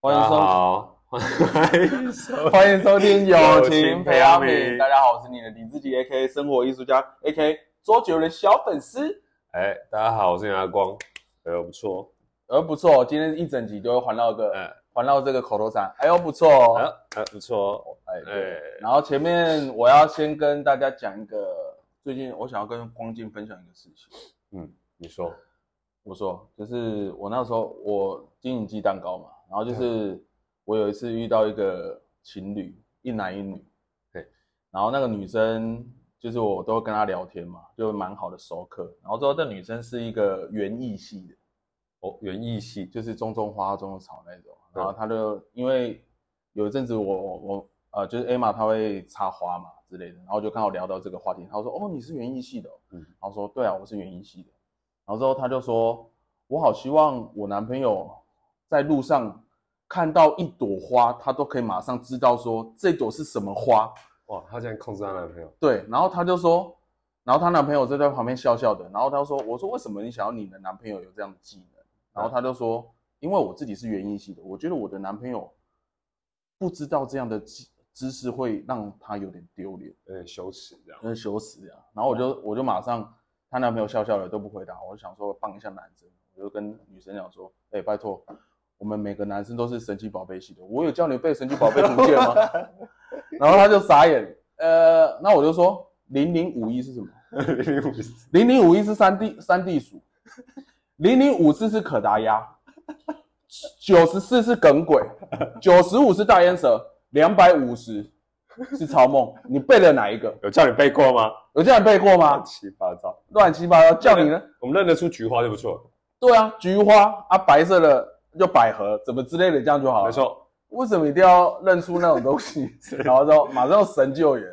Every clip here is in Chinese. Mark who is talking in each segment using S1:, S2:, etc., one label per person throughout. S1: 欢迎
S2: 大家
S1: 收
S2: 好，欢迎收
S1: 欢迎收 听《友
S2: 友
S1: 情
S2: 情
S1: 培
S2: 培
S1: 养
S2: 养
S1: 皿》，
S2: 皿
S1: 大家好，我是你的李志杰 A.K. 生活艺术家 A.K. 周杰伦的小粉丝。
S2: 哎，大家好，我是杨阿光，哎，我不错，
S1: 呃，不错，今天一整集都会环绕个、
S2: 哎，
S1: 环绕这个口头禅，哎呦不错哦，
S2: 哎，哎不错，
S1: 哎对
S2: 哎。
S1: 然后前面我要先跟大家讲一个，最近我想要跟光进分享一个事情。
S2: 嗯，你说，
S1: 我说，就是我那时候我经营鸡蛋糕嘛，然后就是我有一次遇到一个情侣，一男一女，
S2: 对，
S1: 然后那个女生就是我都会跟她聊天嘛，就蛮好的熟客。然后之后这女生是一个园艺系的，
S2: 哦，园艺系，
S1: 就是种种花、种种草那种。
S2: 嗯
S1: 然后她就因为有一阵子我我我呃，就是 Emma 她会插花嘛之类的，然后就刚好聊到这个话题，她说：“哦，你是园艺系的哦、
S2: 嗯
S1: 然后说：“对啊，我是园艺系的。”然后之后她就说：“我好希望我男朋友在路上看到一朵花，他都可以马上知道说这朵是什么花。”
S2: 哇，她竟然控制她男朋友，
S1: 对，然后她就说，然后她男朋友就在旁边笑笑的，然后她说，我说为什么你想要你的男朋友有这样的技能？然后她就说，因为我自己是园艺系的，我觉得我的男朋友不知道这样的知知识会让他有点丢脸，
S2: 有点羞耻这样，
S1: 很羞耻啊。然后我就我就马上，她男朋友笑笑的都不回答，我就想说帮一下男生，我就跟女生讲说，哎、拜托。我们每个男生都是神奇宝贝系的，我有叫你背神奇宝贝图鉴吗？ 然后他就傻眼，呃，那我就说零零五一是什么？
S2: 零零五四
S1: 零零五一是三地三地鼠，零零五四是可达鸭，九十四是耿鬼，九十五是大烟蛇，两百五十是超梦。你背了哪一个？
S2: 有叫你背过吗？
S1: 有这样背过吗
S2: 乱？七八糟，
S1: 乱七八糟，叫你呢？
S2: 我们认得出菊花就不错，
S1: 对啊，菊花啊，白色的就百合，怎么之类的，这样就好了。
S2: 没，错，
S1: 为什么一定要认出那种东 西？然后说马上神救援。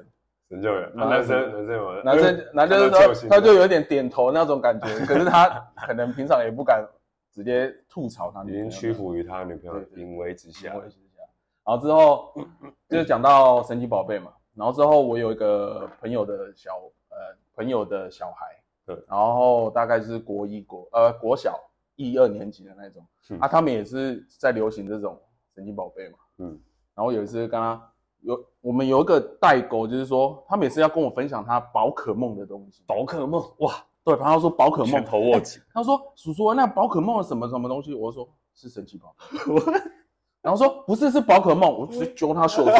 S2: 神救援，
S1: 男
S2: 啊男生男生有
S1: 男生男生就说他就有点点头那种感觉，可是他可能平常也不敢直接吐槽他
S2: 已
S1: 女朋友
S2: 经屈服于他女朋友
S1: 对对
S2: 淫威之下
S1: 行，为之下然后之后就讲到神奇宝贝嘛，然后之后我有一个朋友的小呃朋友的小孩，
S2: 对
S1: 然后大概是国一国呃国小一二年级的那种，
S2: 嗯
S1: 啊，他们也是在流行这种神奇宝贝嘛，
S2: 嗯，
S1: 然后有一次跟他有我们有一个代沟，就是说他每次要跟我分享他宝可梦的东西，
S2: 宝可梦哇，
S1: 对，他说宝可梦哎
S2: 拳头握紧，
S1: 他说：“叔叔，那宝可梦是什么什么东西？”我说：“是神奇宝贝。” 然后说：“不是，是宝可梦。”我直接揪他袖子，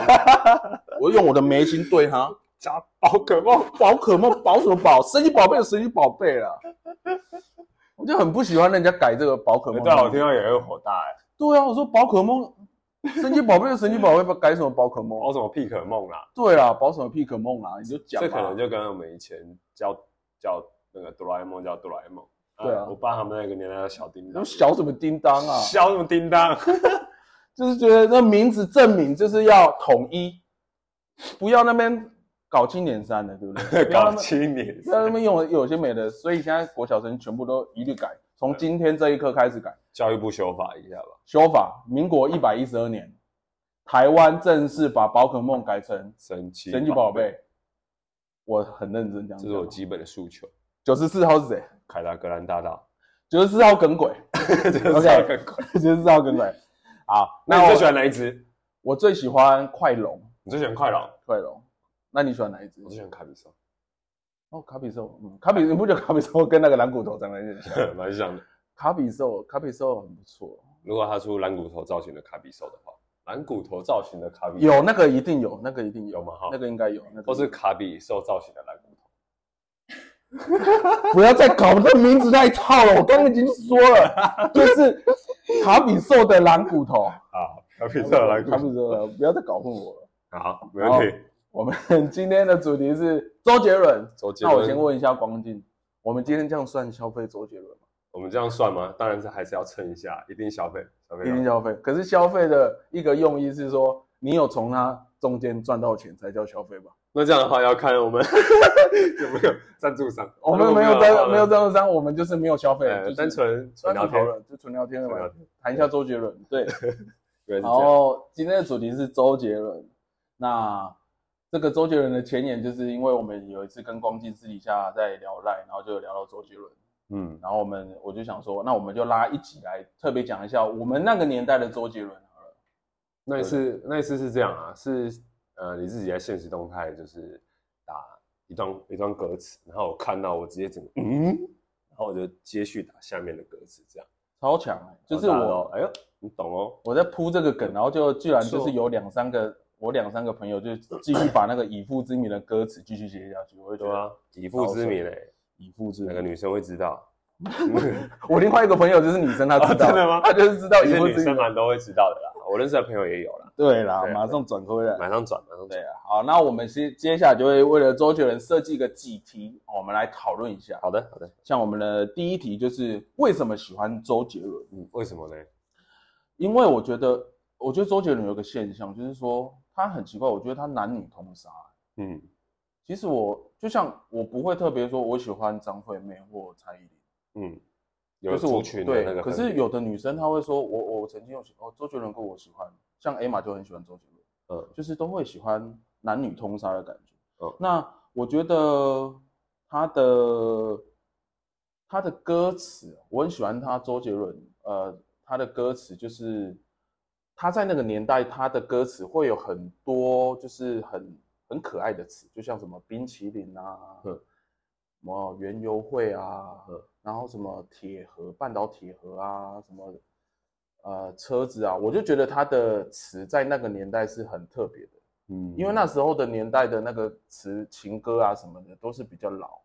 S1: 我用我的眉心对他
S2: 加宝可梦，：“
S1: 宝可梦，宝什么宝？神奇宝贝，神奇宝贝啦！”我就很不喜欢人家改这个宝可梦。
S2: 对啊，我听到也会火大哎，
S1: 对啊，我说宝可梦，神奇宝贝的神奇宝贝，改什么宝可梦
S2: 宝？哦什么屁可梦啦，
S1: 对啦，宝什么屁可梦啦？你就讲吧。
S2: 这可能就跟我们以前叫叫那个哆啦 A 梦叫哆啦 A 梦，
S1: 对啊
S2: 我爸他们那个年代叫小叮
S1: 你
S2: 当，
S1: 说小什么叮当啊？
S2: 小什么叮 当，
S1: 就是觉得这名字证明就是要统一，不要那边搞青年山的，对不 对？不要那
S2: 搞
S1: 边
S2: 青年
S1: 不要那边用有些美的，所以现在国小生全部都一律改，从今天这一刻开始改
S2: 教育部修法一下吧，
S1: 修法。民国一百一十二年，台湾正式把宝可梦改成
S2: 神奇
S1: 神奇宝，贝。我很认真讲，
S2: 这是我基本的诉求。
S1: 九十四号是谁？
S2: 凯达格兰 大道，
S1: 九十四号耿 鬼，
S2: 这是要更快。
S1: 九十四号耿鬼。好，
S2: 那你
S1: 我
S2: 最喜欢哪一只？
S1: 我最喜欢快龙，
S2: 你最喜欢快龙？
S1: 快龙。那你喜欢哪一只
S2: 我？最喜欢卡比兽，
S1: 哦，卡比兽，嗯，卡比， 你不觉得卡比兽跟那个蓝骨头长得有点像？
S2: 蛮像的。
S1: 卡比兽，卡比兽很不错，
S2: 如果他出蓝骨头造型的卡比兽的话，蓝骨头造型的卡比
S1: 有那个一定有，那个一定有
S2: 有，吗？哈，
S1: 那个应该有，那个
S2: 都是卡比兽造型的蓝骨头。
S1: 不要再搞这名字那一套了，我刚刚已经说了，就是卡比兽的蓝骨头，
S2: 啊，卡比
S1: 卡
S2: 兽的蓝骨
S1: 卡
S2: 头。
S1: 比兽的，不要再搞混我了。
S2: 好，没问题。
S1: 我们今天的主题是周杰伦，
S2: 周杰
S1: 那
S2: 伦，
S1: 我先问一下光进，我们今天这样算消费周杰伦吗？
S2: 我们这样算吗？当然是还是要称一下，一定消费，消费
S1: 一定
S2: 量。
S1: 消费，可是消费的一个用意是说，你有从他中间赚到钱才叫消费吧？
S2: 那这样的话，要看我们 有没有赞助商。
S1: 我哦们没有
S2: 如果
S1: 在没有
S2: 的话呢
S1: 赞助商，我们就是没有消费，就是
S2: 呃，单纯
S1: 单
S2: 纯聊
S1: 纯
S2: 天
S1: 讨，论，就纯聊天的
S2: 纯
S1: 嘛
S2: 聊天。
S1: 谈一下周杰伦， 对。
S2: 原来
S1: 然
S2: 是这样。
S1: 后今天的主题是周杰伦，那这个周杰伦的前言就是因为我们有一次跟光进私底下在聊赖，然后就有聊到周杰伦，
S2: 嗯，
S1: 然后我们我就想说，那我们就拉一集来特别讲一下我们那个年代的周杰伦好了。啊
S2: 那一次那一次是这样啊，是呃你自己在现实动态就是打一段一段歌词，然后我看到我直接整个嗯，然后我就接续打下面的歌词，这样
S1: 超强欸、就是
S2: 然后大家都
S1: 我
S2: 哎呦你懂哦，
S1: 我在铺这个梗，然后就居然就
S2: 错
S1: 是有两三个我两三个朋友就继续把那个以父之名的歌词继续写下去，我就觉
S2: 对
S1: 得
S2: 啊，以父之名嘞，
S1: 以父之
S2: 哪个
S1: 名。
S2: 女生会 知道？
S1: 我另外一个朋友就是女生，她知道，
S2: 啊真的吗
S1: 她就是知道
S2: 其
S1: 以
S2: 实
S1: 父
S2: 女
S1: 之
S2: 生
S1: 名。
S2: 蛮都会知道的啦，我认识的朋友也有啦，
S1: 对啦，
S2: 对对
S1: 马上转回来。
S2: 马上转马上
S1: 对
S2: 转，
S1: 啊，好，那我们接接下来就会为了周杰伦设计个几题，哦我们来讨论一下。
S2: 好的好的，
S1: 像我们的第一题就是为什么喜欢周杰伦？
S2: 嗯，为什么呢？
S1: 因为我觉得，我觉得周杰伦有个现象，就是说他很奇怪，我觉得他男女通杀。
S2: 嗯，
S1: 其实我就像我不会特别说我喜欢张惠妹或蔡依林，
S2: 嗯，有
S1: 就是我
S2: 族群的
S1: 对
S2: 那个，
S1: 可
S2: 分
S1: 是
S2: 别，
S1: 有的女生她会说我，我曾经有喜哦周杰伦歌我喜欢，像 Emma 就很喜欢周杰伦，
S2: 嗯
S1: 就是都会喜欢男女通杀的感觉。
S2: 嗯
S1: 那我觉得他的他的歌词，我很喜欢他周杰伦，呃，他的歌词就是他在那个年代，他的歌词会有很多就是很很可爱的词，就像什么冰淇淋啊，
S2: 嗯
S1: 什么园游会啊，
S2: 嗯
S1: 然后什么铁盒、半岛铁盒啊，什么呃车子啊，我就觉得他的词在那个年代是很特别的。
S2: 嗯
S1: 因为那时候的年代的那个词情歌啊什么的都是比较老，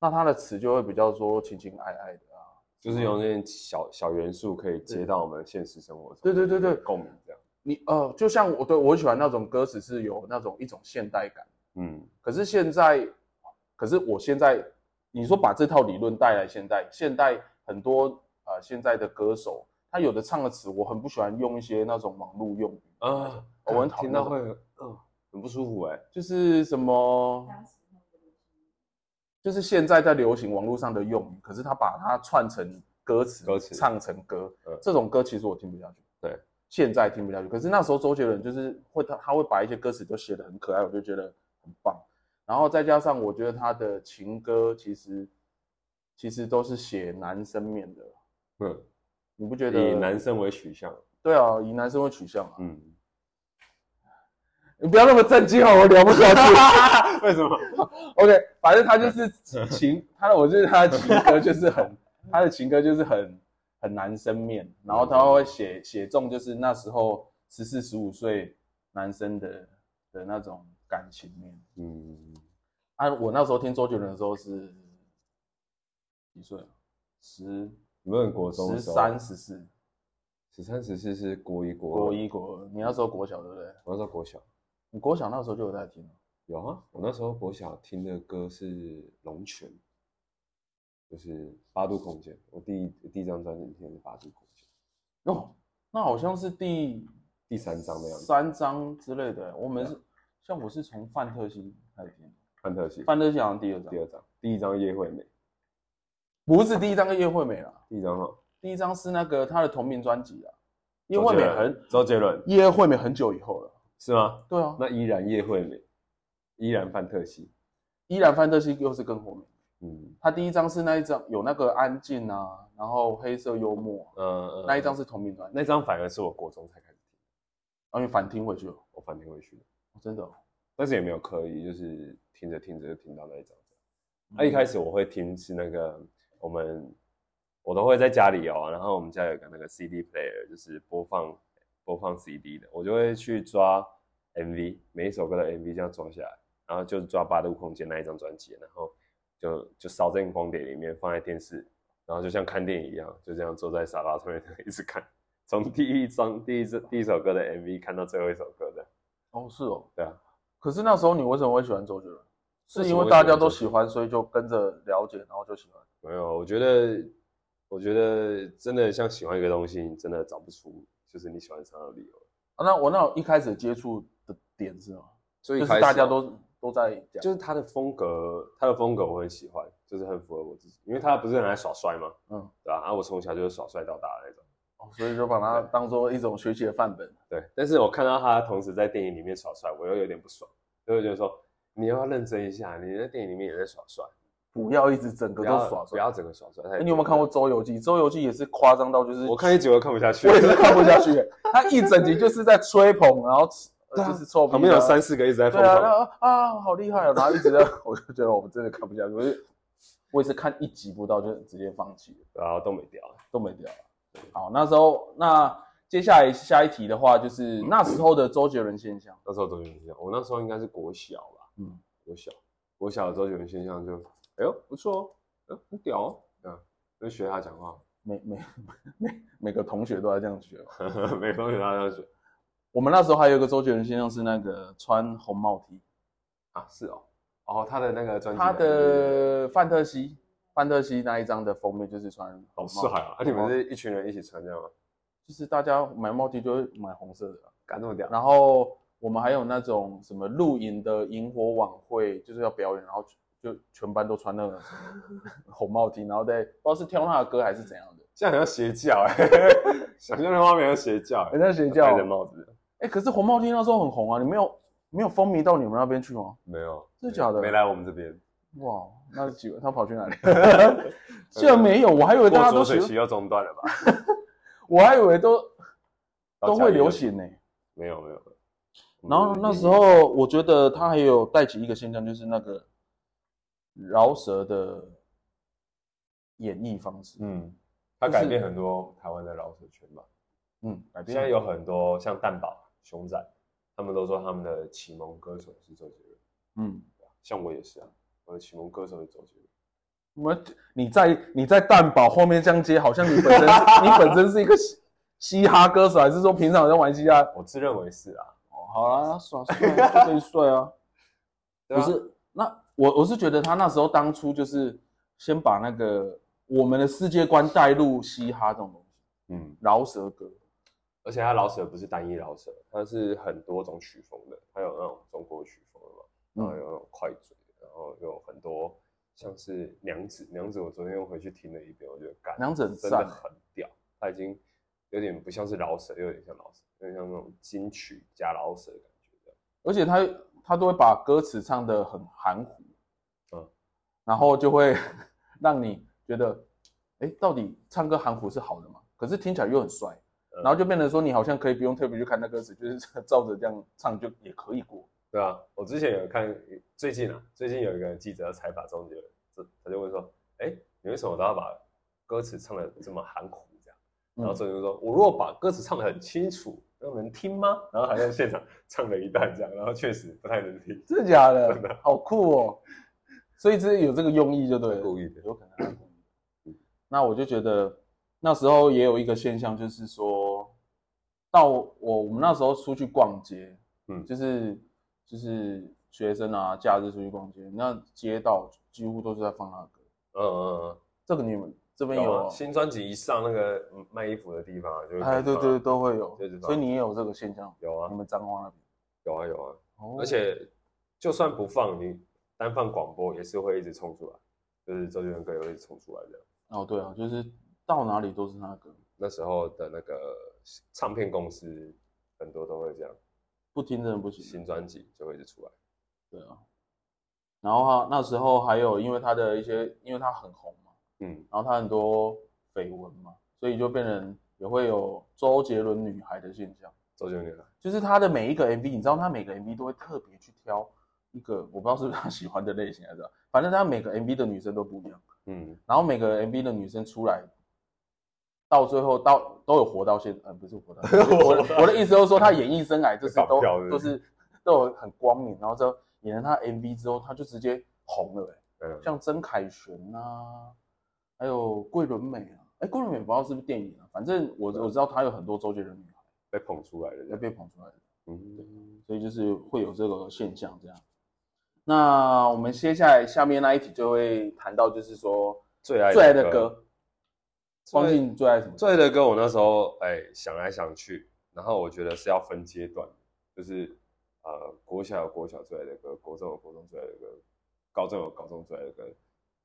S1: 那他的词就会比较说情情爱爱的啊。
S2: 就是有那些小小元素可以接到我们现实生活中，
S1: 对对对对
S2: 共鸣这样，
S1: 你呃，就像我对我喜欢那种歌词是有那种一种现代感，
S2: 嗯，
S1: 可是现在，可是我现在你说把这套理论带来现代，现代很多呃现在的歌手，他有的唱的词我很不喜欢用一些那种网络用语
S2: 啊，
S1: 我很讨厌
S2: 听
S1: 那
S2: 到
S1: 种
S2: 会，嗯，很不舒服哎，
S1: 就是什么。
S3: 当时那个流行
S1: 就是现在在流行网络上的用语，可是他把它串成歌词，
S2: 歌词
S1: 唱成歌、
S2: 嗯
S1: 这种歌其实我听不下去。
S2: 对，
S1: 现在听不下去，可是那时候周杰伦就是会他他会把一些歌词都写得很可爱，我就觉得很棒。然后再加上我觉得他的情歌其实其实都是写男生面的，
S2: 嗯，
S1: 你不觉得？
S2: 以男生为取向，
S1: 对啊，以男生为取向啊。
S2: 嗯，
S1: 你不要那么震惊哦，我聊不下去。
S2: 为什么？
S1: OK，反正他就是
S2: 嗯
S1: 情，他的我觉得他的情歌就是很，他的情歌就是很很男生面，然后他会写写中就是那时候十四十五岁男生的的那种感情面。
S2: 嗯，
S1: 啊，我那时候听周杰伦的时候是几岁啊？十
S2: 你们国中
S1: 十三、十四，
S2: 十三十四是国一国
S1: 国一，国二，你那时候国小对不对？
S2: 我那时候国小
S1: 你国小那时候就有在听了
S2: 有啊，我那时候国小听的歌是《龙泉》，就是八度空间，我第一第一张专辑听的是八度空间，
S1: 哦，那好像是第
S2: 第三张的样子，啊
S1: 三章之类的。我们是像我是从范特西开始听的，
S2: 范特西
S1: 范特西好像第二章
S2: 第，二张，第一张叶惠美，
S1: 不是第一张跟叶惠美啦，
S2: 第一张哈，
S1: 第一张是那个她的同名专辑啊。叶
S2: 叶
S1: 惠美很
S2: 周杰伦
S1: 叶惠美很久以后了，
S2: 是吗？
S1: 对啊，
S2: 那依然叶惠美，依然范特西，
S1: 依然范特西又是更火美。
S2: 嗯
S1: 她第一张是那一张有那个安静啊，然后黑色幽默啊、
S2: 呃
S1: 那一张是同名专辑，
S2: 那张反而是我国中才开始听，
S1: 然后反听回去了，
S2: 我反听回去的，
S1: 真的哦、
S2: 但是也没有刻意，就是听着听着就听到那一张。
S1: 嗯
S2: 那一开始我会听是那个我们我都会在家里哦，然后我们家有个那个 CD player，就是播放播放 CD 的，我就会去抓 MV，每一首歌的 MV 这样抓下来，然后就抓八度空间那一张专辑，然后就就烧在光碟里面放在电视，然后就像看电影一样，就这样坐在沙发上面 一直看，从第一张第一首第一首歌的 MV 看到最后一首歌的，
S1: 哦是哦，
S2: 对啊。
S1: 可是那时候你为什么会喜欢周杰伦？是
S2: 为什
S1: 因
S2: 么
S1: 为
S2: 会
S1: 大
S2: 喜欢
S1: 家都
S2: 周杰
S1: 喜欢，所以就跟着了解，然后就喜欢。
S2: 没有，我觉得，我觉得真的像喜欢一个东西，你真的找不出就是你喜欢它的理由。
S1: 啊，那我那我一开始接触的点是吗？
S2: 所
S1: 就是
S2: 开始啊哦
S1: 大家都都在讲，
S2: 就是他的风格，他的风格我很喜欢，就是很符合我自己，因为他不是很爱耍帅吗？
S1: 嗯，
S2: 对吧、啊？我从小就是耍帅到大的那种。
S1: 哦所以就把它当做一种学习的范本。
S2: 对，但是我看到他同时在电影里面耍帅，我又有点不爽，就会觉得说你要不要认真一下？你在电影里面也在耍帅，
S1: 不要一直整个
S2: 不
S1: 都
S2: 要
S1: 耍
S2: 不
S1: 帅。
S2: 要整个耍帅。太
S1: 哎你有没有看过《周游记》？《周游记》也是夸张到就是，
S2: 我看一集我就看不下去
S1: 我
S2: 了，
S1: 也是看不下 去、欸。他一整集就是在吹捧，然后呃
S2: 对啊
S1: 就是臭屁啊
S2: 旁边有三四个一直在
S1: 对
S2: 疯
S1: 啊，
S2: 狂。
S1: 然后啊，好厉害哦，然后一直在， 我就觉得我们真的看不下去，我就我也是看一集不到就直接放弃了，
S2: 然后啊都没掉。
S1: 都没掉了。好，那时候那接下来下一题的话，就是那时候的周杰伦现象，
S2: 那时候周杰伦现象，我那时候应该是国小吧，
S1: 嗯
S2: 嗯，国小，国小的周杰伦现象就，哎呦不错哦，嗯，很屌哦，嗯，就学他讲话，
S1: 每每 每每个同学都在这样学。
S2: 每个同学他都要学
S1: 我们那时候还有一个周杰伦现象是那个穿红帽 T，
S2: 啊，是哦，哦，他的那个专辑，
S1: 他的范特西范特西那一张的封面就是穿
S2: 好
S1: 红
S2: 帅
S1: 帽 T，
S2: 啊，啊，你们是一群人一起穿这样吗？
S1: 就是大家买帽 T 就会买红色的。啊
S2: 敢这么屌？
S1: 然后我们还有那种什么露营的萤火晚会，就是要表演，然后就全班都穿那 种什么红帽 T，然后在不知道是跳那的歌还是怎样的，
S2: 这样很像邪教哎， 想象的画面像邪教哎，
S1: 像邪教
S2: 戴着帽子，
S1: 哎、可是红帽 T 那时候很红啊，你没有没有风靡到你们那边去吗？
S2: 没有，
S1: 真的假的
S2: 没来我们这边，
S1: 哇，那几个他跑去哪 里？ 竟然没有，我还以为大
S2: 过
S1: 家都
S2: 浊
S1: 喜
S2: 水
S1: 欢
S2: 溪，又中断了吧？
S1: 我还以为都都会流
S2: 流，
S1: 行呢、
S2: 没有没有。嗯
S1: 然后那时候我觉得他还有带起一个现象，就是那个饶舌的演绎方式。
S2: 嗯，它改变很多台湾的饶舌圈吧。
S1: 嗯，改变
S2: 现在有很多像蛋堡、熊仔，他们都说他们的启蒙歌手是周杰伦，
S1: 嗯，
S2: 像我也是啊，我的启蒙歌手是周杰伦。
S1: 我你在你在蛋堡后面这样接，好像你本 身你本身是一个嘻嘻哈歌手，还是说平常有在玩嘻哈？
S2: 我自认为是啊，
S1: 哦，好啦，耍帅就可以帅啊。
S2: 对
S1: 不
S2: 啊
S1: 是，那我我是觉得他那时候当初就是先把那个我们的世界观带入嘻哈这种东西，
S2: 嗯，
S1: 饶舌歌。
S2: 而且他饶舌不是单一饶舌，他是很多种曲风的，他有那种中国曲风的嘛，
S1: 嗯
S2: 然后有那种快嘴，然后有很多像是娘子，娘子我昨天又回去听了一遍，我觉得干，
S1: 娘子很
S2: 真的
S1: 赞欸
S2: 很屌，他已经有点不像是饶舌，又有点像饶舌，有点像那种金曲加饶舌的感觉这样
S1: 而且他他都会把歌词唱得很含糊，
S2: 嗯
S1: 然后就会 让你觉得，哎，到底唱歌含糊是好的吗？可是听起来又很帅，
S2: 嗯
S1: 然后就变成说你好像可以不用特别去看那歌词，就是 照着这样唱就也可以过。嗯
S2: 对啊，我之前有看，最近啊，最近有一个记者要采访周杰伦，这他就问说，哎，你为什么都要把歌词唱的这么含糊这样？
S1: 嗯
S2: 然后周杰伦说，我如果把歌词唱的很清楚，那能听吗？然后还在现场 唱了一段这样，然后确实不太能听，
S1: 真的假的？好酷哦！所以这有这个用意就对了，
S2: 故意的
S1: 有可能他故意的。那我就觉得那时候也有一个现象，就是说到我我们那时候出去逛街，
S2: 嗯
S1: 就是就是学生啊，假日出去逛街，那街道几乎都是在放他的歌。
S2: 嗯嗯
S1: 这个你们这
S2: 嗯，
S1: 边
S2: 有
S1: 有
S2: 啊，
S1: 啊？
S2: 新专辑一上那个嗯卖衣服的地方啊，就是
S1: 哎，对对，嗯都会有
S2: 对对，对
S1: 所以你也有这个现象，
S2: 有啊
S1: 你们彰化那边。
S2: 有啊有啊，
S1: 哦
S2: 而且就算不放，你单放广播也是会一直冲出来，就是周杰伦歌也会一直冲出来这样。
S1: 哦，对啊，就是到哪里都是他的歌。
S2: 那时候的那个唱片公司很多都会这样，
S1: 不听真的不行，
S2: 新专辑就会一直出来。
S1: 对啊。然后他那时候还有，因为他的一些，因为他很红嘛，
S2: 嗯，
S1: 然后他很多绯闻嘛，所以就变成也会有周杰伦女孩的现象。
S2: 周杰伦啊，
S1: 就是他的每一个 MV，你知道他每个 MV 都会特别去挑一个，我不知道是不是他喜欢的类型还是怎样，反正他每个 MV 的女生都不一样，
S2: 嗯，
S1: 然后每个 MV 的女生出来，到最后到都有活到现，呃，不是活到现在，我的我的意思就是说他演艺生涯就是
S2: 绑
S1: 都
S2: 票是
S1: 都
S2: 不是
S1: 是都有很光明，然后之后演了他 MV 之后，他就直接红了、欸，
S2: 嗯
S1: 像曾凯旋呐、还有桂纶镁啊，哎、桂纶镁不知道是不是电影啊，反正我我知道他有很多周杰伦女孩
S2: 被捧出来的这
S1: 要
S2: 样。
S1: 被捧出来的。
S2: 嗯，
S1: 所以就是会有这个现象这样。那我们接下来下面那一题就会谈到，就是说
S2: 最爱
S1: 最爱的，歌，
S2: 最
S1: 光信最爱什么？
S2: 最爱的歌，我那时候哎想来想去，然后我觉得是要分阶段，就是呃国小有国小最爱的歌，国中有国中最爱的歌，高中有高中最爱的歌，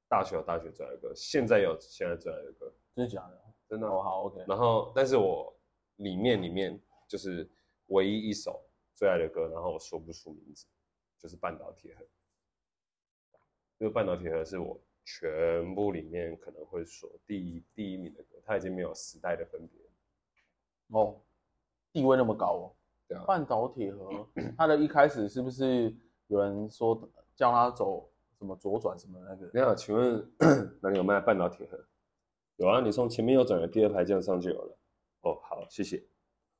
S2: 大学有大学最爱的歌，现在有现在最爱的歌，
S1: 真的假的？
S2: 真的啊
S1: 哦，好，OK，
S2: 然后，但是我里面里面就是唯一一首最爱的歌，然后我说不出名字，就是《半岛铁盒》。这个《半岛铁盒》是我全部里面可能会说第一第一名的歌，它已经没有时代的分别。
S1: 哦，地位那么高哦。
S2: 对啊
S1: 半岛铁盒，它的一开始是不是有人说叫他走什么左转什么那个？
S2: 你好，请问 哪里有卖半导体盒？有啊，你从前面右转的第二排这样上就有了。哦，好，谢谢。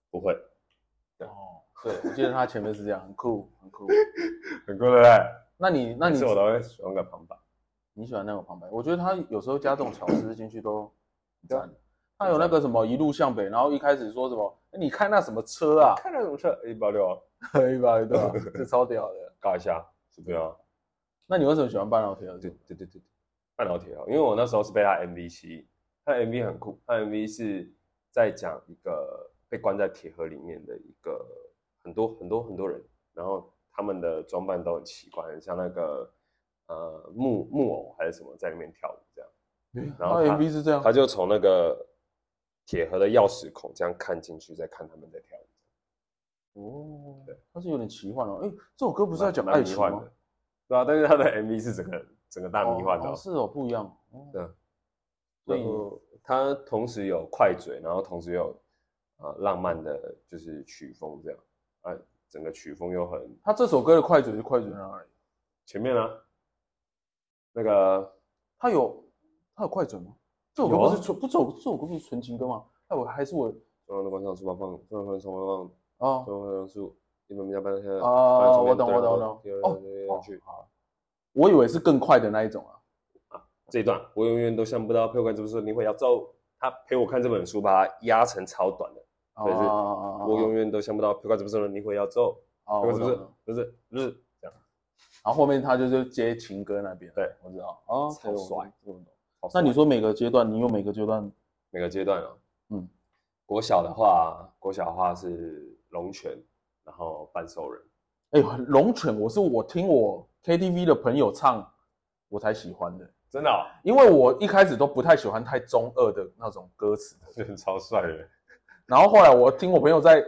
S2: 不会，
S1: 哦，对，我记得他前面是这样，很酷，很酷。
S2: 很酷对不对？
S1: 那你那
S2: 每
S1: 你
S2: 次我都会喜欢个旁白。
S1: 你喜欢那种旁白？我觉得他有时候加这种巧思进去都很
S2: 对啊
S1: 赞。他有那个什么一路向北，然后一开始说什么？哎你开那什么车啊？
S2: 看到什么事？一八六啊，
S1: 可以吧？对吧？这超屌的。
S2: 尬一下，怎么 样？啊
S1: 那你为什么喜欢半岛铁盒？
S2: 对对对对，半导体啊，因为我那时候是被他 MV 吸引，他 MV 很酷，他 MV 是在讲一个被关在铁盒里面的一个很多很多很多人，然后他们的装扮都很奇怪，很像那个呃木木偶还是什么在里面跳舞这样。然
S1: 然
S2: 后
S1: 后
S2: 他
S1: MV 是这样
S2: 他，就从那个铁盒的钥匙孔这样看进去，再看他们在跳舞，
S1: 哦
S2: 对，
S1: 它是有点奇幻哦。哎，这首歌不
S2: 不
S1: 是在讲爱情吗？
S2: 的，对啊，但是他的 MV 是整个整个大迷幻的哦、
S1: 哦，是哦，不一样。哦
S2: 对啊
S1: 所
S2: 然
S1: 以
S2: 后它同时有快嘴，然后同时有呃浪漫的，就是曲风这样，啊，整个曲风又很
S1: 他这首歌的快嘴是快嘴在啊哪里？
S2: 前面啊，那个
S1: 他有他有快嘴吗？这首歌
S2: 有啊
S1: 不是纯不这首这首歌不是纯情歌吗？哎，我还是我
S2: 中央的观赏树八放，中央观赏树八放，
S1: 啊
S2: 中央观赏树一本名叫半山
S1: 啊，
S2: 下，
S1: 哦我懂我懂我懂。
S2: 哦
S1: 哦，哦，好我以为是更快的那一种啊。
S2: 这一段我永远都想不到陪我看这本书的灵魂要走，他陪我看这本书，把它压成超短的，对是
S1: 哦
S2: 我永远都想不到陪我看这本书的灵魂要走，
S1: 哦，
S2: 不
S1: 我
S2: 是
S1: 懂
S2: 不
S1: 了
S2: 是不是不是这样，
S1: 然后后面他就是接情歌那边。
S2: 对，
S1: 我知道。哦，
S2: 超帅，
S1: 这个我懂。
S2: 好
S1: 那
S2: 帅
S1: 你说每个阶段，你有每个阶段
S2: 每个阶段啊，
S1: 嗯，
S2: 国小的话，国小的话是龙泉，然后半兽人，
S1: 哎、龙犬，我是我听我 KTV 的朋友唱，我才喜欢的，
S2: 真的、哦，
S1: 因为我一开始都不太喜欢太中二的那种歌词，
S2: 超帅的，
S1: 然后后来我听我朋友在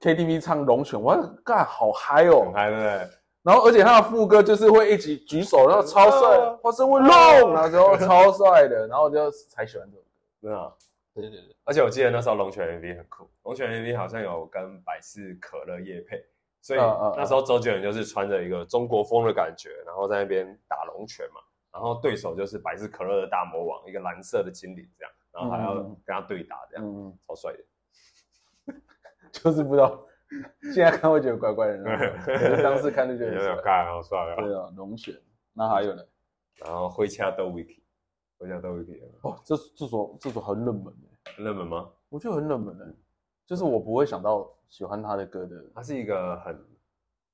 S1: KTV 唱龙犬，我干好嗨哦
S2: 很，嗨对不对？
S1: 然后而且他的副歌就是会一起举手，然后超帅
S2: 啊，
S1: 我是会嗯弄，然后就超帅的，然后就才喜欢这种。
S2: 真的哦、
S1: 对对对，
S2: 而且我记得那时候龙泉 MV 很酷，龙泉 MV 好像有跟百事可乐夜配，所以
S1: 嗯嗯嗯
S2: 那时候周杰伦就是穿着一个中国风的感觉，然后在那边打龙泉嘛，然后对手就是百事可乐的大魔王，一个蓝色的精灵这样，然后还要
S1: 嗯嗯嗯
S2: 跟他对打这样，
S1: 嗯，
S2: 超帅的。
S1: 就是不知道，现在看会觉得怪怪的 那种，可是当时看就觉得很帅。
S2: 看，好帅啊
S1: 对啊，龙犬，那还有呢？
S2: 然后灰恰豆 wiki，灰恰豆 wiki
S1: 哦，这这首这首很冷门的。
S2: 嗯很热门吗？
S1: 我觉得很冷门的、就是我不会想到喜欢他的歌的。
S2: 它是一个很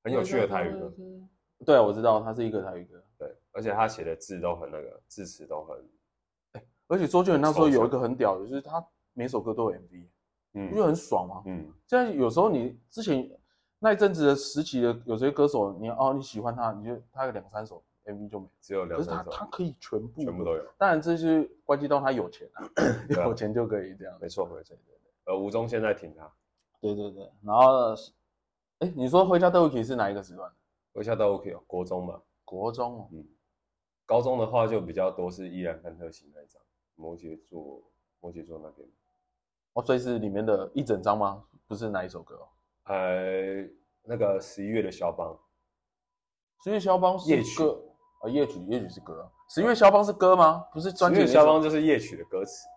S2: 很有趣的台语歌，
S1: 对啊，我知道他是一个台语歌，
S2: 对，而且他写的字都很那个，字词都很，
S1: 而且周杰伦那时候
S2: 抽象
S1: 有一个很屌的，就是他每首歌都有 MV，不觉得
S2: 嗯
S1: 很爽啊吗？
S2: 嗯，
S1: 现在有时候你之前那一阵子的时期的有些歌手，你哦你喜欢他，你就他有两三首 MV 就没了，
S2: 只有
S1: 可
S2: 两
S1: 是他
S2: 三首，
S1: 他可以全部
S2: 全部都有，
S1: 当然这是关系到他有钱啊， 有钱就可以这样。
S2: 没错没错，对对呃，吴宗宪在挺他，
S1: 对对对，然后哎，你说《回家都有 k 是哪一个时段？
S2: 灰恰豆 wiki 哦，国中嘛，
S1: 国中哦，
S2: 嗯，高中的话就比较多是依然范特西那一张，摩羯座摩羯座那边，
S1: 哦，所以是里面的一整张吗？不是哪一首歌哦？
S2: 呃，那个十一月的肖邦，
S1: 十月肖邦是
S2: 夜曲
S1: 歌啊、夜曲夜曲是歌啊。十月肖邦是歌吗？不是专
S2: 十
S1: 辑
S2: 月
S1: 里
S2: 的
S1: 面
S2: 肖邦就是夜曲的歌词。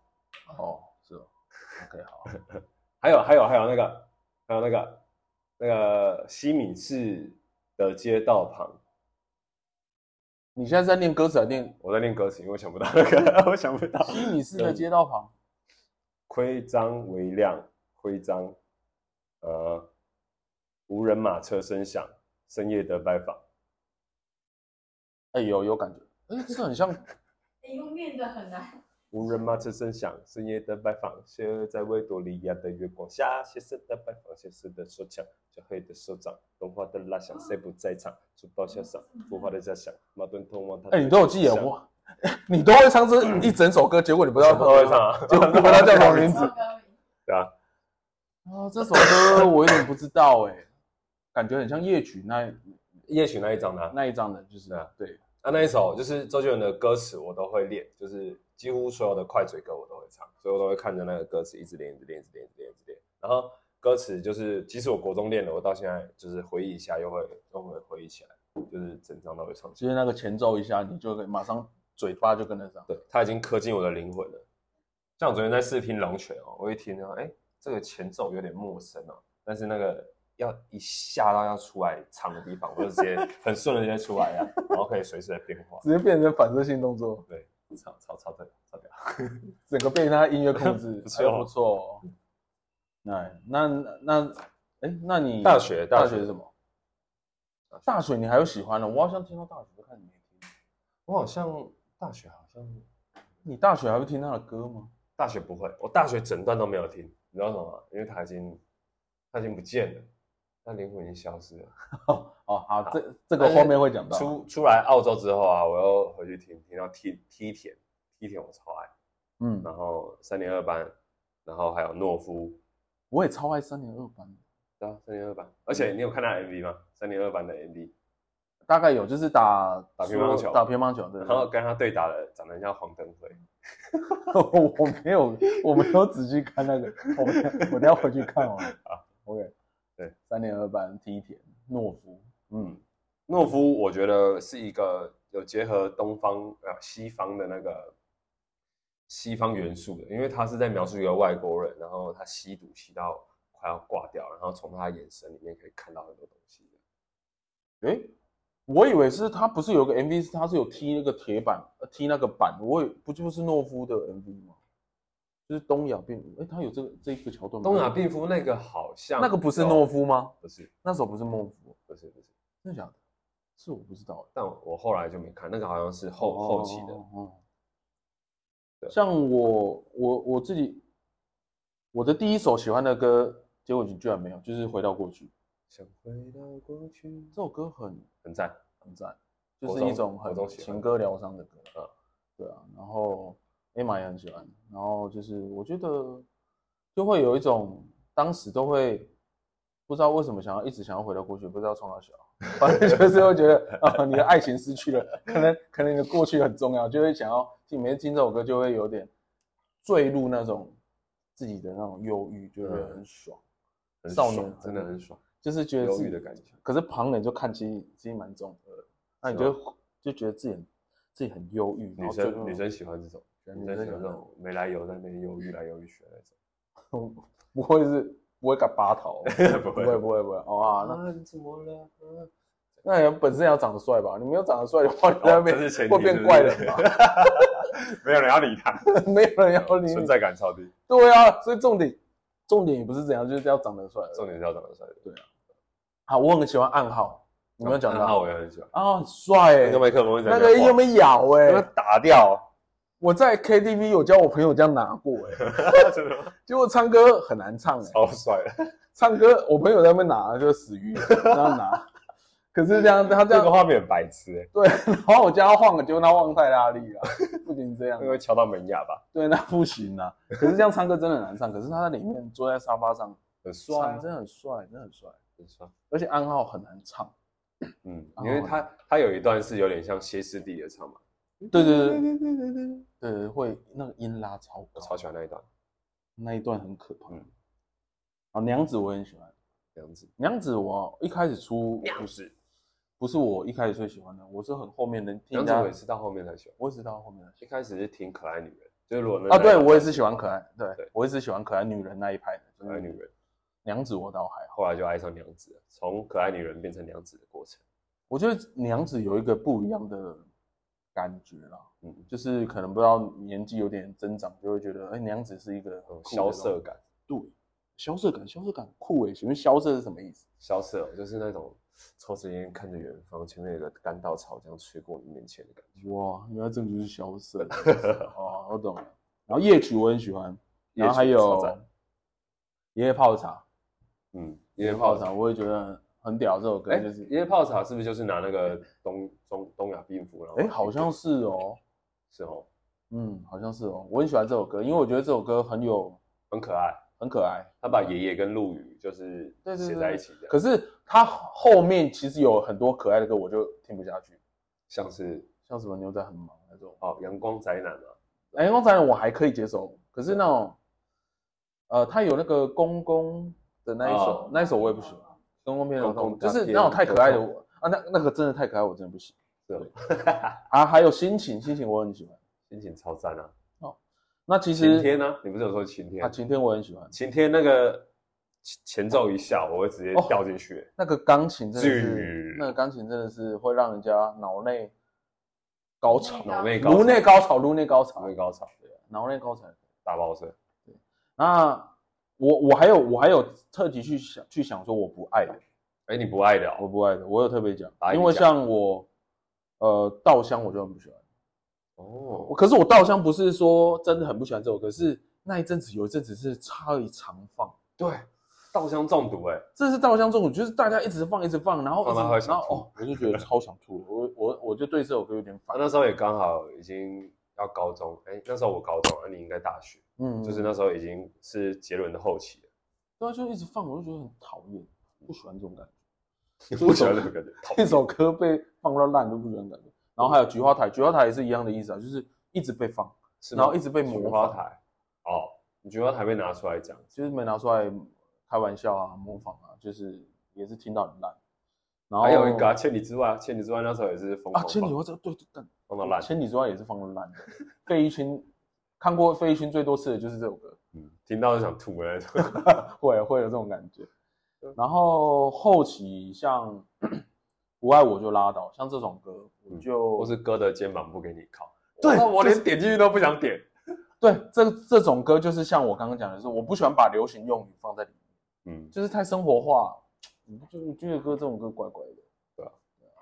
S1: 哦，是哦。OK，好，
S2: 还有还有还有那个还有那个那个西敏寺的街道旁，
S1: 你现在是在念歌词还是念？
S2: 我在念歌词，因为我想不到那个， 我想不到。
S1: 西米市的街道旁，
S2: 徽章微亮，徽章，呃，无人马车声响，深夜的拜访。
S1: 哎、有有感觉，哎、这很像，
S3: 一路念的很难，
S2: 无人马车声响，深夜的拜访。邪恶在维多利亚的月光下，邪神的拜访，邪神的手枪，小黑的手掌，融化的蜡像，谁不在场？珠宝下赏，浮华的假象，矛盾通往他。
S1: 哎、你都有记眼哇，你都会唱这一整首歌，结果你不知道
S2: 我都会 唱，啊，
S1: 结果你不知道叫什么名字
S3: 超高明
S2: 对啊，
S1: 啊？这首歌我有点不知道哎、感觉很像夜曲那
S2: 夜曲那一张呢、
S1: 那一张的，就是
S2: 对啊
S1: 对，
S2: 那那一首就是周杰伦的歌词，我都会练，就是几乎所有的快嘴歌我都会唱，所以我都会看着那个歌词一直练，一直练，一直练，一直练，一直练。然后歌词就是，即使我国中练了，我到现在就是回忆一下，又会又会回忆起来，就是整张都会唱起
S1: 其
S2: 来。
S1: 实那个前奏一下，你就可以马上嘴巴就跟得上。
S2: 对，它已经刻进我的灵魂了。像我昨天在试听《龙泉》哦，我一听到，哎，这个前奏有点陌生哦，但是那个要一下到要出来唱的地方，我就 直接很顺的直接出来呀，然后可以随时的变化，
S1: 直接变成反射性动作，
S2: 对，超超超对，超屌。
S1: 整个被他音乐控制，
S2: 不错
S1: 哎 不错、哦。那那那，哎，那你
S2: 大学大
S1: 大
S2: 学
S1: 学是什么？大学你还有喜欢的？我好像听到大学就开始没听。
S2: 我好像大学好像
S1: 你大学还会听他的歌吗？
S2: 大学不会，我大学整段都没有听，你知道为什么吗？因为他已经他已经不见了，他灵魂已经消失了。
S1: 哦，好，这这个后面会讲到。
S2: 出出来澳洲之后啊，我又回去听，听到梯梯田，梯田我超爱，
S1: 嗯，
S2: 然后三零二班，然后还有懦夫，
S1: 我也超爱三年二班的，
S2: 对啊，三零二班。而且你有看他的 MV 吗？三零二班的 MV，
S1: 大概有就是打
S2: 打乒乓球
S1: 打乒乓球对。啊
S2: 然后跟他对打的长得很像黄登辉，
S1: 我我没有我没有仔细看那个，我等下我等下回去看哦。
S2: 好
S1: ，OK，
S2: 对，
S1: 三年二班梯田懦夫，嗯，
S2: 懦夫，我觉得是一个有结合东方呃西方的那个西方元素的，因为他是在描述一个外国人，然后他吸毒吸到快要挂掉，然后从他的眼神里面可以看到很多东西
S1: 诶，我以为是他不是有个 MV 是他是有踢那个铁板呃踢那个板，我也不就是懦夫的 MV 吗？就是东亚病，哎，他有这个这一个桥段吗？
S2: 东亚病夫那个好像
S1: 那个不是懦夫吗？
S2: 不是
S1: 那首不是懦夫，啊
S2: 不是不是，
S1: 真的假的？是我不知道。欸
S2: 但我后来就没看，那个好像是后、后期的。
S1: 哦哦哦
S2: 对
S1: 像我我我自己，我的第一首喜欢的歌，结果你居然没有，就是《回到过去》
S2: 想回到过去
S1: 这，首歌很
S2: 很赞。
S1: 很赞，
S2: 我
S1: 就是
S2: 都
S1: 一种
S2: 我
S1: 很
S2: 都喜欢
S1: 情歌疗伤的歌。
S2: 嗯
S1: 对啊，然后哎 Emma 也很喜欢，然后就是我觉得就会有一种当时都会不知道为什么想要一直想要回到过去，不知道从哪小，反正就是会觉得 啊、你的爱情失去了，可能可能你的过去很重要，就会想要听每次听这首歌就会有点坠入那种自己的那种忧郁，就
S2: 嗯
S1: 会很爽，
S2: 很
S1: 少
S2: 爽
S1: 年
S2: 真的很爽，
S1: 就是觉得
S2: 忧
S1: 自己
S2: 郁的感觉。
S1: 可是旁人就看其实其实蛮重的，那你
S2: 是吗
S1: 就会就觉得自己很自己很忧郁，然
S2: 女
S1: 后就嗯
S2: 生女生喜欢这种，
S1: 对
S2: 女
S1: 女
S2: 生
S1: 生
S2: 喜欢
S1: 喜
S2: 这
S1: 欢
S2: 种没来由在那边忧郁来忧郁去的那种。
S1: 不会是不会敢拔 头，
S2: 不
S1: 不
S2: 会
S1: 会不会不会哦啊，那
S2: 啊，你怎么了？啊
S1: 那人本身要长得帅吧？你没有长得帅的话，你在那
S2: 哦
S1: 边
S2: 这是前提
S1: 会变怪人吧？
S2: 没有人要理他，
S1: 没有人要理
S2: 存
S1: 你。
S2: 在感超低。
S1: 对啊，所以重点重点也不是怎样，就是要长得帅。
S2: 重点是要长得帅。对啊，
S1: 好，我很喜欢暗号，你没有讲
S2: 暗号
S1: 到
S2: 我也很喜欢。
S1: 啊，很帅
S2: 那
S1: 哎
S2: 个，麦克风一直在
S1: 那个
S2: 晃
S1: 又没咬
S2: 有没有
S1: 哎，
S2: 打掉？啊
S1: 我在 KTV 有教我朋友这样拿过 哎，
S2: 真的吗
S1: 结果唱歌很难唱哎。
S2: 超帅的。
S1: 唱歌，我朋友在那边拿就死 鱼，然后拿。可是这样，他这
S2: 这个
S1: 样
S2: 画面很白痴欸，
S1: 对，然后我叫他晃，结果他晃太大力了，啊 不行这样
S2: 那，个会敲到门牙吧？
S1: 对，那不行啊。可是这样唱歌真的很难唱，可是他在里面坐在沙发上
S2: 很帅啊
S1: 唱，，真的很帅，真的很帅，
S2: 很帅。
S1: 而且暗号很难唱。
S2: 嗯，
S1: 哦
S2: 因为他他有一段是有点像歇斯底里的唱嘛，
S1: 对对对对对对对，对会那个音拉超
S2: 我
S1: 高，
S2: 超喜欢那一段，
S1: 那一段很可怕
S2: 嗯。
S1: 啊，娘子我很喜欢，
S2: 这样子。
S1: 娘子我一开始出
S2: 样子，
S1: 不是我一开始最喜欢的，我是很后面能听
S2: 杨
S1: 人
S2: 子
S1: 家
S2: 我也是到后面才喜欢，
S1: 我也是到后面才喜欢
S2: 一开始是挺可爱女人，就是裸
S1: 啊，对我也是喜欢可爱，对
S2: 对
S1: 我一直喜欢可爱女人那一派的，
S2: 可爱女人，
S1: 娘子我倒还好，
S2: 后来就爱上娘子了，从可爱女人变成娘子的过程。
S1: 我觉得娘子有一个不一样的感觉啦，
S2: 嗯，
S1: 就是可能不知道年纪有点增长，就会觉得哎、娘子是一个很
S2: 有
S1: 酷的
S2: 呃萧
S1: 东
S2: 瑟
S1: 西，
S2: 感，
S1: 对，萧瑟感，萧瑟感很酷哎，请问萧瑟是什么意思？
S2: 萧瑟哦就是那种抽着烟看着远方，前面有个干稻草这样吹过你面前的感觉。
S1: 哇，原来这个就是萧瑟 哦，我懂了。然后夜曲我很喜欢，然后还
S2: 夜曲超
S1: 有
S2: 赞
S1: 爷爷泡茶，
S2: 嗯，
S1: 爷
S2: 爷泡茶，
S1: 茶我也觉得很屌，这首歌
S2: 哎
S1: 就是，
S2: 爷泡茶是不是就是拿那个东中东亚病夫？然后
S1: 哎、好像是哦。
S2: 是哦，
S1: 嗯，好像是哦，我很喜欢这首歌，因为我觉得这首歌很有
S2: 很可爱。
S1: 很可爱，
S2: 他把爷爷跟陆羽就是
S1: 对对
S2: 写
S1: 对
S2: 在一起的，
S1: 可是它后面其实有很多可爱的歌，我就听不下去。
S2: 像是
S1: 像什么牛仔很忙那种。
S2: 哦，阳光宅男嘛，
S1: 哎，光宅男我还可以接受，可是那种，呃，他有那个公公的那一首，
S2: 哦
S1: 那一首我也不行。公公片头
S2: 公
S1: 痛，
S2: 公
S1: 就是
S2: 大片
S1: 那种太可爱的
S2: 头痛
S1: 我啊，那那个真的太可爱，我真的不行。
S2: 是哦吗？
S1: 啊，还有心情，心情我很喜欢。
S2: 心情超赞啊！
S1: 那其实
S2: 晴天呢？你不是有说晴
S1: 啊，
S2: 天？
S1: 晴天我很喜欢。
S2: 晴天那个前前奏一下，我会直接
S1: 哦
S2: 掉进去。
S1: 那个钢琴真的
S2: 至
S1: 是
S2: 于，
S1: 那个钢琴真的是会让人家脑内高潮，
S2: 脑内高
S1: 颅内
S2: 潮，
S1: 高潮，颅内高潮
S2: 脑，内高潮，
S1: 脑内高潮。
S2: 大爆射。
S1: 那我我还有我还有特地去想去想说我不爱的，
S2: 哎，你不爱的哦
S1: 我不爱的，我有特别讲
S2: 来，
S1: 因
S2: 你
S1: 为
S2: 讲
S1: 像我，呃，稻香我就很不喜欢。我
S2: 哦，
S1: 可是我稻香不是说真的很不喜欢这首歌，是那一阵子有一阵子是超级常放，
S2: 对，稻香中毒哎，
S1: 这是稻香中毒，就是大家一直放一直放，然后
S2: 放到
S1: 一
S2: 会
S1: 直
S2: 想
S1: 然后哦，
S2: 吐
S1: 我就觉得超想吐了，我我我就对这首歌有点
S2: 啊
S1: 烦，
S2: 那时候也刚好已经要高中，哎，那时候我高中，啊，你应该大学，
S1: 嗯，
S2: 就是那时候已经是杰伦的后期了。
S1: 对啊，就一直放，我就觉得很讨厌，不喜欢这种 感觉。
S2: 你不喜欢这个感觉，讨
S1: 一首歌被放到烂就不喜欢的感觉。然后还有菊花台，菊花台也是一样的意思啊，就是一直被放，
S2: 是
S1: 然
S2: 吗
S1: 后一直被
S2: 菊
S1: 模
S2: 花
S1: 仿，
S2: 台，哦，你菊花台被拿出来讲，
S1: 就是没拿出来开玩笑啊、模仿啊，就是也是听到很烂。然后
S2: 还有一个啊千里之外，千里之外那时候也是疯
S1: 哦啊，
S2: 狂
S1: 千里之
S2: 放
S1: 外，对对对，
S2: 放到烂，
S1: 千里之外也是放的烂的。费玉清看过费玉清最多次的就是这首歌，
S2: 嗯，听到就想吐的那种。
S1: 会会有这种感觉。
S2: 嗯
S1: 然后后期像 不爱我就拉倒，像这种歌我
S2: 嗯
S1: 就、
S2: 或是哥的肩膀不给你靠，
S1: 对
S2: 哇我
S1: 就
S2: 连点进去都不想点。
S1: 对，这这种歌就是像我刚刚讲的是，我不喜欢把流行用语放在里面，
S2: 嗯，
S1: 就是太生活化。你不就是这个歌这种歌怪怪的，
S2: 对啊
S1: 对啊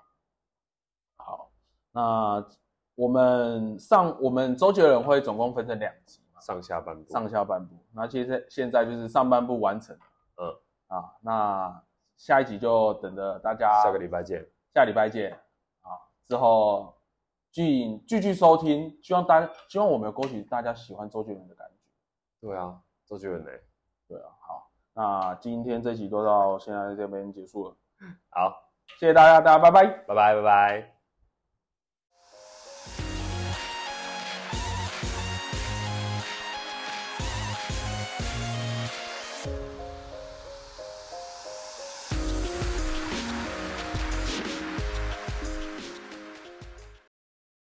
S1: 好，那我们上我们周杰伦会总共分成两集嘛，
S2: 上下半部，
S1: 上下半部。那现在现在就是上半部完成，
S2: 嗯
S1: 啊，那下一集就等着大家
S2: 下个礼拜见，
S1: 下礼拜见啊！之后继继续收听，希望大家希望我们有勾起大家喜欢周杰伦的感觉。
S2: 对啊，周杰伦呢？
S1: 对啊，好，那今天这集就到现在这边结束了，
S2: 好，
S1: 谢谢大家，大家拜拜。
S2: 拜拜拜拜。